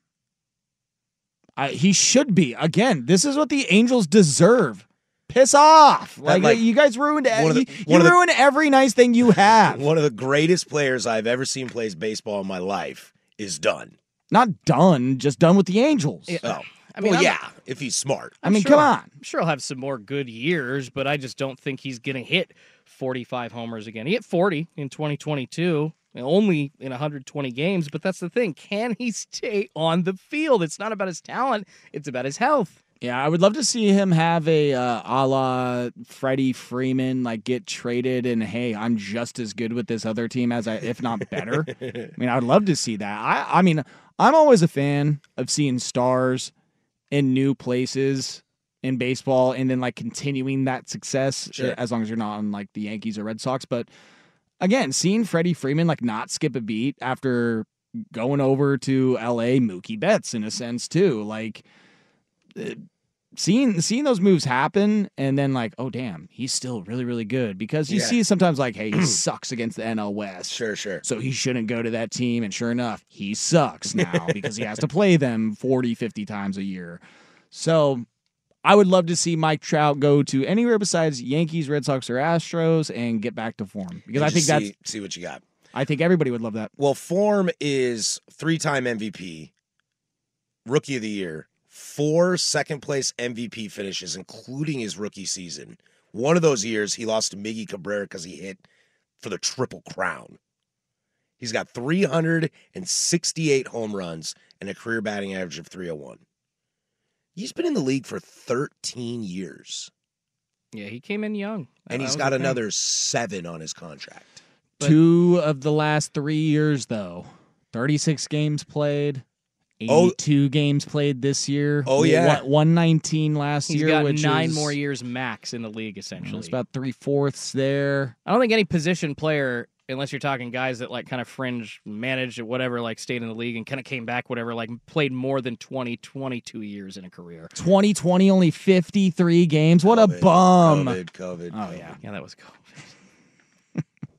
S6: I, he should be. Again, this is what the Angels deserve. Piss off. Like,
S5: like,
S6: you guys ruined
S5: one of the-
S6: every, you,
S5: one of the-
S6: ruined every nice thing you have.
S5: One of the greatest players I've ever seen plays baseball in my life is done.
S6: Not done, just done with the Angels.
S7: Yeah.
S5: Oh,
S7: I mean,
S5: well,
S7: I'm-
S5: yeah, if he's smart.
S6: I mean,
S7: sure.
S6: come on.
S7: I'm sure he'll have some more good years, but I just don't think he's going to hit 45 homers again. He hit 40 in 2022. only in 120 games, but that's the thing. Can he stay on the field? It's not about his talent, it's about his health.
S6: Yeah, I would love to see him have a uh, a la Freddie Freeman, like get traded and hey, I'm just as good with this other team as I, if not better. I mean, I would love to see that. I, I mean, I'm always a fan of seeing stars in new places in baseball and then like continuing that success uh,
S5: Sure.
S6: as long as you're not on like the Yankees or Red Sox. But again, seeing Freddie Freeman like not skip a beat after going over to LA, Mookie Betts in a sense too, like uh, seeing seeing those moves happen and then like, oh damn, he's still really really good because you
S5: Yeah.
S6: see sometimes like,
S5: *clears throat*
S6: hey, he sucks against the NL West.
S5: Sure, sure.
S6: So he shouldn't go to that team. And sure enough,
S5: *laughs*
S6: he sucks now because he has to play them 40, 50 times a year. So I would love to see Mike Trout go to anywhere besides Yankees, Red Sox, or Astros and get back to form. Because I
S5: Just
S6: think that's
S5: see, see what you got.
S6: I think everybody would love that.
S5: Well, form is three time MVP, rookie of the year, four second place MVP finishes, including his rookie season. One of those years, he lost to Miggy Cabrera because he hit for the Triple Crown. He's got 368 home runs and a career batting average of 301. He's been in the league for 13 years,
S7: Yeah, he came in young.
S5: and
S7: That
S5: he's
S7: was
S5: got
S7: the thing.
S5: another seven on his contract.
S7: But-
S6: Two of the last three years, though, 36 games played.
S5: Oh.
S6: 82 games played this year.
S5: Oh, yeah.
S6: One- 119 last
S7: He's
S6: year,
S7: got
S6: which
S7: nine
S6: is-
S7: more years max in the league,
S6: Well,
S7: essentially.
S6: It's about three fourths there.
S7: I don't think any position player, unless you're talking guys that like kind of fringe managed or whatever, like stayed in the league and kind of came back, whatever, like played more than 20, 22 years in a career.
S6: 2020, only 53 games. What a
S5: COVID,
S6: bum.
S5: COVID, COVID.
S6: Oh, yeah.
S7: Yeah, that was COVID.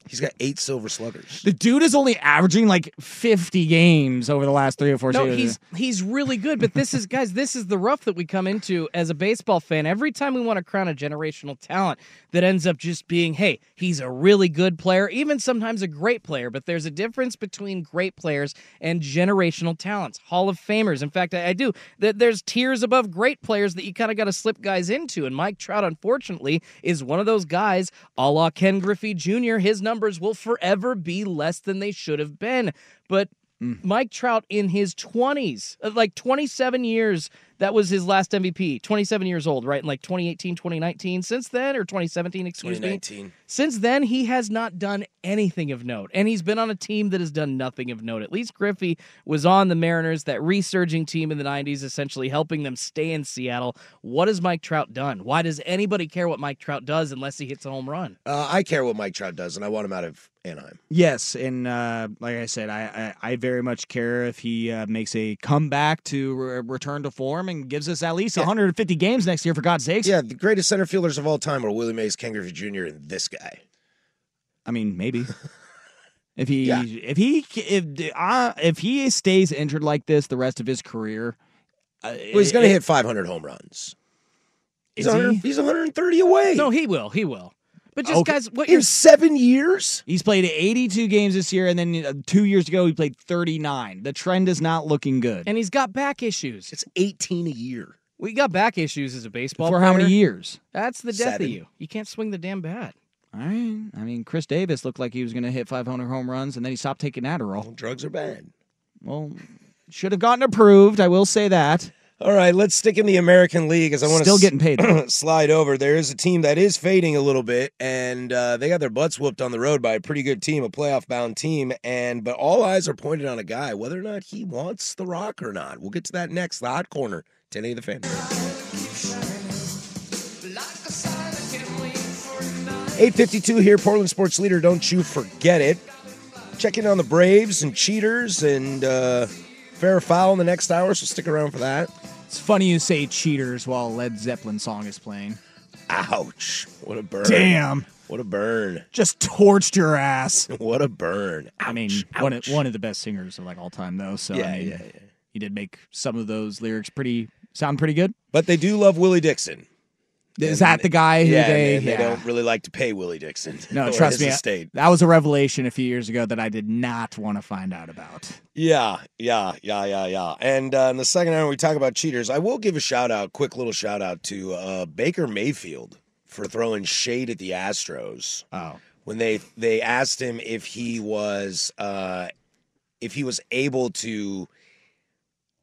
S5: He's got eight silver sluggers.
S6: The dude is only averaging like 50 games over the last three or four
S7: No,
S6: seasons.
S7: he's he's really good, but this is guys, this is the rough that we come into as a baseball fan. Every time we want to crown a generational talent that ends up just being, hey, he's a really good player, even sometimes a great player, but there's a difference between great players and generational talents, Hall of Famers. In fact, I, I do that there's tiers above great players that you kind of got to slip guys into, and Mike Trout unfortunately is one of those guys, a la Ken Griffey Jr., his numbers will forever be less than they should have been. But Mike Trout in his 20s, uh, like 27 years. That was his last MVP, 27 years old, right? In like 2018, 2019. Since then, or 2017, excuse me.
S5: 2019.
S7: Since then, he has not done anything of note, and he's been on a team that has done nothing of note. At least Griffey was on the Mariners, that resurging team in the 90s, essentially helping them stay in Seattle. What has Mike Trout done? Why does anybody care what Mike Trout does unless he hits a home run?
S5: Uh, I care what Mike Trout does, and I want him out of Anaheim.
S6: Yes, and uh, like I said, I, I, I very much care if he uh, makes a comeback to re- return to form and gives us at least 150 games next year, for God's sakes.
S5: Yeah, the greatest center fielders of all time are Willie Mays, Ken Griffey Jr., and this guy.
S6: I
S5: *laughs*
S6: mean, maybe. If he
S5: Yeah.
S6: if he if uh, if he stays injured like this the rest of his career, uh,
S5: Well, he's going
S6: it-
S5: to hit 500 home runs. He's,
S6: is he?
S5: 100 he's 130 away.
S7: No, he will. He will. But just
S6: Okay.
S7: guys, what you're
S5: in seven years.
S6: He's played 82 games this year, and then uh, two years ago he played 39. The trend is not looking good.
S7: and he's got back issues.
S5: It's 18 a year.
S7: We got back issues as a baseball
S6: For how many
S7: player.
S6: years?
S7: That's the death
S5: Seven.
S7: of you. You can't swing the damn bat.
S6: All right. I mean, Chris Davis looked like he was going to hit 500 home runs, and then he stopped taking
S5: Well,
S6: Adderall.
S5: drugs are bad.
S6: Well, should have gotten approved. I will say that.
S5: All right, let's stick in the American League as I want to
S6: Still getting paid.
S5: *clears throat* slide over. There is a team that is fading a little bit, and uh, they got their butts whooped on the road by a pretty good team, a playoff bound team. And but all eyes are pointed on a guy, whether or not he wants the rock or not. We'll get to that next. The hot corner, 10 a the fan. 852 here, Portland sports leader. Don't you forget it. Check in on the Braves and cheaters and uh, fair or foul in the next hour. So stick around for that.
S6: It's funny you say cheaters while a Led Zeppelin song is playing.
S5: Ouch! What a burn!
S6: Damn.
S5: What a burn!
S6: Just torched your ass.
S5: What a burn!
S6: I mean,
S5: Ouch,
S6: one of,
S5: ouch.
S6: one of the best singers of like all time, though. So
S5: Yeah,
S6: I mean,
S5: yeah, yeah.
S6: he did make some of those lyrics pretty sound pretty good.
S5: But they do love Willie Dixon.
S6: Is that the guy who
S5: yeah,
S6: they?
S5: and they
S6: yeah.
S5: don't really like to pay Willie Dixon. *laughs*
S6: No,
S5: or
S6: trust
S5: his
S6: me.
S5: estate.
S6: That was a revelation a few years ago that I did not want to find out about.
S5: Yeah, yeah, yeah, yeah, yeah. And uh, in the second hour, we talk about cheaters. I will give a shout out, quick little shout out to uh, Baker Mayfield for throwing shade at the Astros
S6: Oh,
S5: when they they asked him if he was uh, if he was able to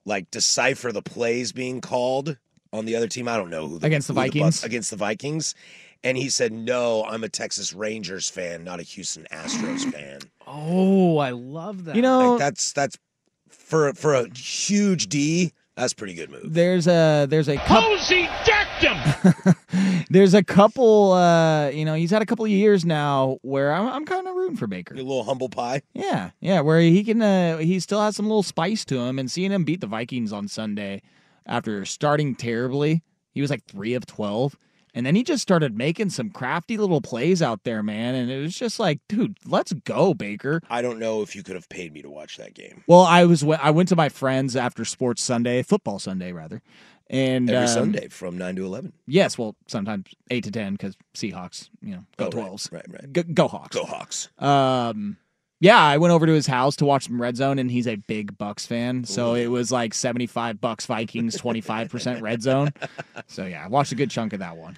S5: like decipher the plays being called on the other team. I don't know who
S6: Against the
S5: who
S6: Vikings?
S5: Bucs- against the Vikings, and he said, "No, I'm a Texas Rangers fan, not a Houston Astros fan."
S7: Oh, I love that.
S6: You know,
S5: Like, that's that's for for a huge D. That's a pretty good move.
S6: there's a there's a couple
S4: Posey decked him.
S6: *laughs* there's a couple uh you know he's had a couple of years now where I'm I'm kind of rooting for Baker.
S5: Your little humble pie.
S6: Yeah, yeah, where he can uh he still has some little spice to him, and seeing him beat the Vikings on Sunday after starting terribly, he was like three of twelve. And then he just started making some crafty little plays out there, man. And it was just like, dude, let's go, Baker.
S5: I don't know if you could have paid me to watch that game.
S6: Well, I was I went to my friends after Sports Sunday, Football Sunday rather, and
S5: Every
S6: um,
S5: Sunday from nine to eleven.
S6: Yes, well, sometimes eight to ten because Seahawks, you know, go
S5: Oh, right,
S6: twelves,
S5: right, right.
S6: Go, go Hawks.
S5: Go Hawks.
S6: Um, yeah, I went over to his house to watch some Red Zone, and he's a big Bucks fan, so it was like seventy-five Bucks Vikings, twenty-five percent
S5: *laughs*
S6: Red Zone. So yeah, I watched a good chunk of that one.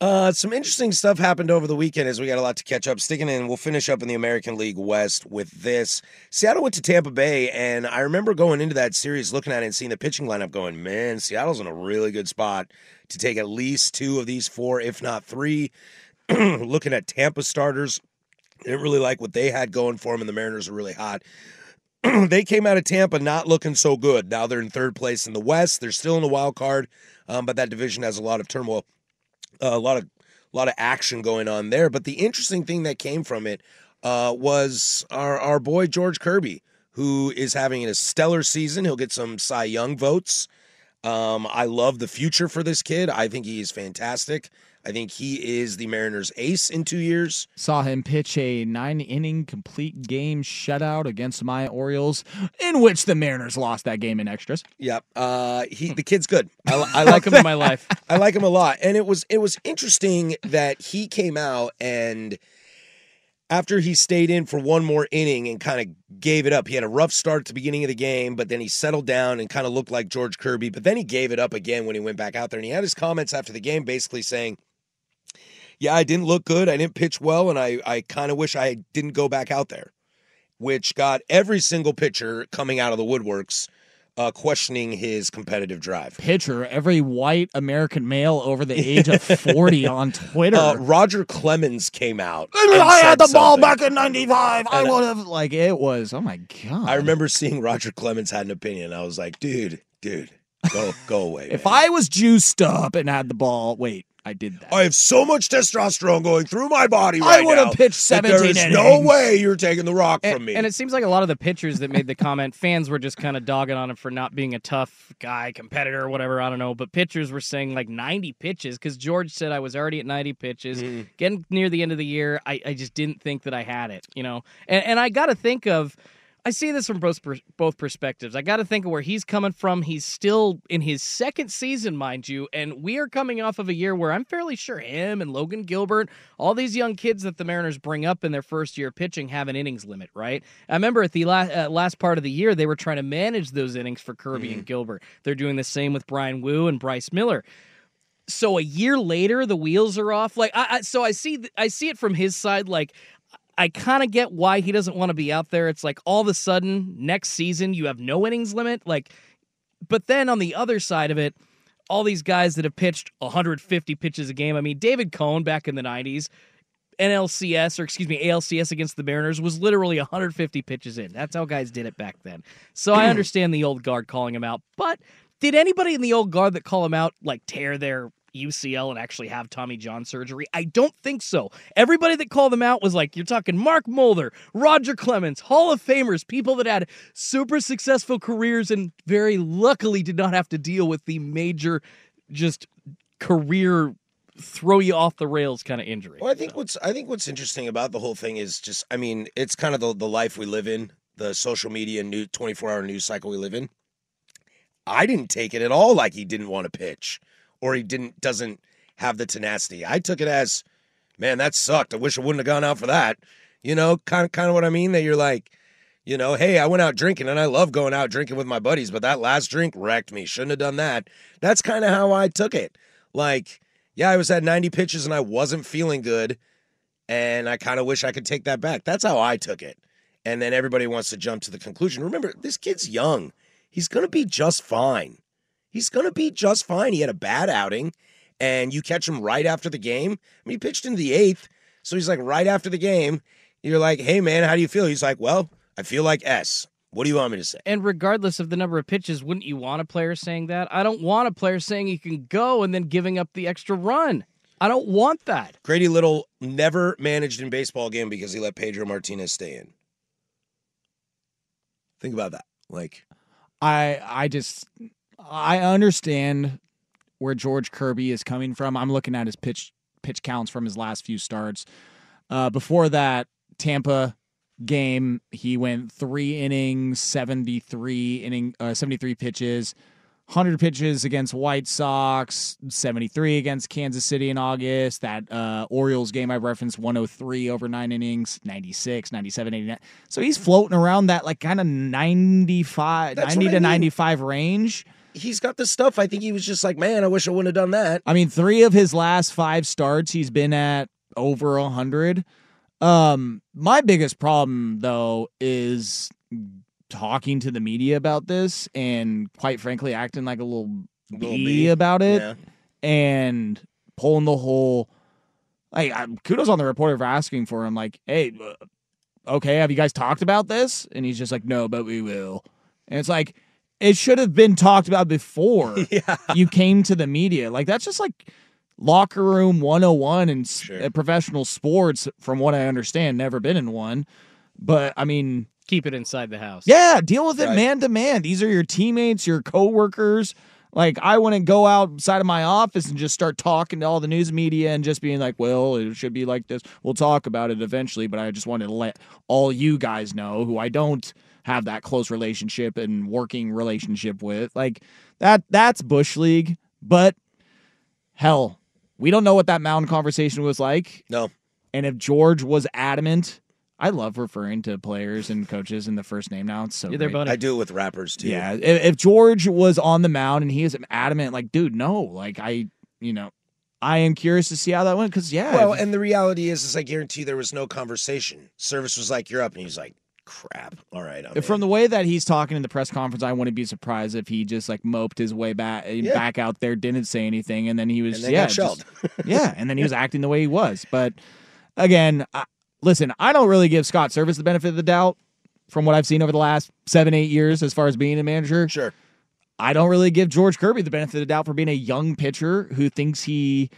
S5: Uh, some interesting stuff happened over the weekend as we got a lot to catch up. Sticking in, we'll finish up in the American League West with this. Seattle went to Tampa Bay, and I remember going into that series looking at it and seeing the pitching lineup going, man, Seattle's in a really good spot to take at least two of these four, if not three. *clears throat* looking at Tampa starters, didn't really like what they had going for them, and the Mariners are really hot. *clears throat* they came out of Tampa not looking so good. Now they're in third place in the West. They're still in the wild card, um, but that division has a lot of turmoil a lot of a lot of action going on there. But the interesting thing that came from it uh, was our our boy George Kirby, who is having a stellar season. He'll get some Cy Young votes. Um, I love the future for this kid. I think he is fantastic. I think he is the Mariners' ace in two years.
S6: Saw him pitch a nine-inning complete game shutout against my Orioles, in which the Mariners lost that game in extras.
S5: Yep. Uh, he the kid's good. I, li- I like
S6: *laughs*
S7: Welcome
S5: him.
S7: to my life.
S5: I like him a lot. And it was it was interesting that he came out and after he stayed in for one more inning and kind of gave it up. He had a rough start at the beginning of the game, but then he settled down and kind of looked like George Kirby, but then he gave it up again when he went back out there and he had his comments after the game basically saying yeah, I didn't look good. I didn't pitch well, and I, I kind of wish I didn't go back out there, which got every single pitcher coming out of the woodworks uh, questioning his competitive drive.
S6: Pitcher, every white American male over the age
S5: *laughs*
S6: of forty on Twitter.
S5: Uh, Roger Clemens came out.
S6: I,
S5: and
S6: had
S5: said
S6: the ball
S5: something.
S6: back in '95. I
S5: And, uh,
S6: would have like it was. Oh my god!
S5: I remember seeing Roger Clemens had an opinion. I was like, dude, dude, go go away.
S6: *laughs* If
S5: man.
S6: I was juiced up and had the ball, wait, I did that.
S5: I have so much testosterone going through my body
S6: I
S5: right
S6: would've
S5: now
S6: pitched
S5: that There
S6: 17
S5: is no
S6: innings.
S5: way you're taking the rock
S7: And,
S5: from me.
S7: and it seems like a lot of the pitchers that made the comment, fans were just kind of dogging on him for not being a tough guy, competitor, whatever. I don't know. But pitchers were saying like 90 pitches because George said I was already at 90 pitches.
S5: Mm-hmm.
S7: Getting near the end of the year, I, I just didn't think that I had it, you know? And, and I got to think of. I see this from both per- both perspectives. I got to think of where he's coming from. He's still in his second season, mind you, and we are coming off of a year where I'm fairly sure him and Logan Gilbert, all these young kids that the Mariners bring up in their first year pitching, have an innings limit, right? I remember at the la- uh, last part of the year they were trying to manage those innings for Kirby and Gilbert. They're doing the same with Brian Wu and Bryce Miller so a year later the wheels are off like i, I so i see th- i see it from his side like i kind of get why he doesn't want to be out there it's like all of a sudden next season you have no innings limit like but then on the other side of it all these guys that have pitched 150 pitches a game i mean david cohn back in the 90s NLCS or excuse me ALCS against the Mariners was literally 150 pitches in. That's how guys did it back then. So I understand the old guard calling him out, but did anybody in the old guard that call him out like tear their UCL and actually have Tommy John surgery? I don't think so. Everybody that called them out was like you're talking Mark Mulder, Roger Clemens, Hall of Famers, people that had super successful careers and very luckily did not have to deal with the major just career throw you off the rails kind of injury.
S5: Well, I think what's I think what's interesting about the whole thing is just I mean it's kind of the the life we live in, the social media new twenty four hour news cycle we live in. I didn't take it at all like he didn't want to pitch, or he didn't doesn't have the tenacity. I took it as, man, that sucked. I wish I wouldn't have gone out for that. You know, kind of kind of what I mean. That you're like, you know, hey, I went out drinking and I love going out drinking with my buddies, but that last drink wrecked me. Shouldn't have done that. That's kind of how I took it. Like, yeah, I was at 90 pitches and I wasn't feeling good. And I kind of wish I could take that back. That's how I took it. And then everybody wants to jump to the conclusion. Remember, this kid's young. He's going to be just fine. He's going to be just fine. He had a bad outing, and you catch him right after the game. I mean, he pitched into the eighth. So he's like, right after the game, you're like, hey, man, how do you feel? He's like, well, I feel like S. What do you want me to say?
S7: And regardless of the number of pitches, wouldn't you want a player saying that? I don't want a player saying you can go and then giving up the extra run. I don't want that.
S5: Grady Little never managed in baseball game because he let Pedro Martinez stay in. Think about that. Like,
S6: I I just I understand where George Kirby is coming from. I'm looking at his pitch pitch counts from his last few starts. Uh, before that Tampa game, he went three innings, 73 inning, uh, 73 pitches, 100 pitches against White Sox, 73 against Kansas City in August. That uh, Orioles game I referenced, 103 over nine innings, 96, 97, 89. So he's floating around that like kind of 95,
S5: That's
S6: 90
S5: what I
S6: to
S5: mean.
S6: 95 range.
S5: he's got the stuff. I think he was just like, man, I wish I wouldn't have done that.
S6: I mean, three of his last five starts, he's been at over a hundred. Um, my biggest problem though is talking to the media about this, and quite frankly, acting like a little
S5: Little
S6: bee,
S5: bee,
S6: about it,
S5: yeah.
S6: and pulling the whole. Like, I- kudos on the reporter for asking for him. Like, hey, uh, okay, have you guys talked about this? And he's just like, no, but we will. And it's like, it should have been talked about before you came to the media. Like, that's just like locker room 101 in s-
S5: Sure.
S6: uh, professional sports, from what I understand, never been in one. But I mean,
S7: Keep it inside the house.
S6: yeah, deal with it
S5: Right.
S6: man to man. These are your teammates, your coworkers. Like I wouldn't go outside of my office and just start talking to all the news media and just being like, "Well, it should be like this. We'll talk about it eventually." But I just wanted to let all you guys know who I don't have that close relationship and working relationship with. Like that that's bush league, but hell, we don't know what that mound conversation was like.
S5: No.
S6: And if George was adamant, I love referring to players and coaches in the first name now. It's so
S7: You're there,
S6: great.
S7: buddy.
S5: I do it with rappers too.
S6: Yeah, if, if George was on the mound and he is adamant, like, dude, no, like I, you know, I am curious to see how that went because yeah,
S5: Well,
S6: if-
S5: and the reality is, is I guarantee there was no conversation. Service was like, "You're up," and he's like, "Crap, all right." I'm
S6: if from the way that he's talking in the press conference, I wouldn't be surprised if he just like moped his way back eh,
S5: Yeah.
S6: back out there, didn't say anything, and then he was
S5: and then
S6: yeah,
S5: got
S6: just-
S5: shelled.
S6: yeah, and
S5: *laughs*
S6: then he was acting the way he was. But again, I, listen, I don't really give Scott Service the benefit of the doubt from what I've seen over the last seven, eight years as far as being a manager.
S5: sure,
S6: I don't really give George Kirby the benefit of the doubt for being a young pitcher who thinks he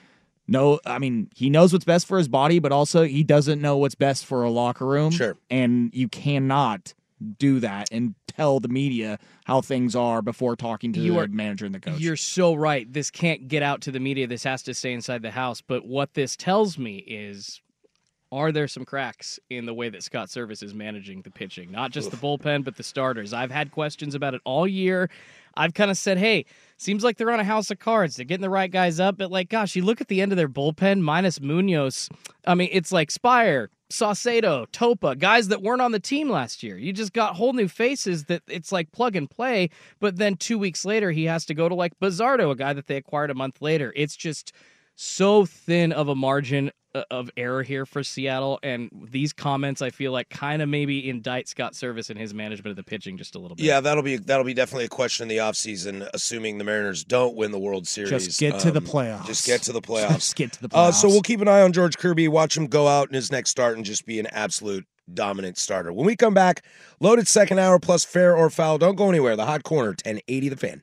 S6: know I mean, he knows what's best for his body, but also he doesn't know what's best for a locker room.
S5: Sure.
S6: And you cannot do that and tell the media how things are before talking to
S7: You
S6: the
S7: are-
S6: manager and the coach.
S7: You're so right. This can't get out to the media. This has to stay inside the house. But what this tells me is are there some cracks in the way that Scott Service is managing the pitching? Not just the bullpen, but the starters. I've had questions about it all year. I've kind of said, hey, seems like they're on a house of cards. They're getting the right guys up. But, like, gosh, you look at the end of their bullpen minus Munoz. I mean, it's like Spire, Saucedo, Topa, guys that weren't on the team last year. You just got whole new faces that it's like plug and play. But then two weeks later, he has to go to like Bizardo, a guy that they acquired a month later. It's just so thin of a margin uh, of error here for Seattle. And these comments, I feel like, kind of maybe indict Scott Service and his management of the pitching just a little bit.
S5: yeah, that'll be that'll be definitely a question in the offseason, assuming the Mariners don't win the World Series.
S6: just get to the
S5: Um,
S6: playoffs.
S5: Just get
S6: *laughs*
S5: to the playoffs.
S6: Just get to the playoffs.
S5: Uh, so we'll keep an eye on George Kirby. Watch him go out in his next start and just be an absolute dominant starter. When we come back, loaded second hour plus fair or foul. Don't go anywhere. The hot corner, ten eighty. The fan.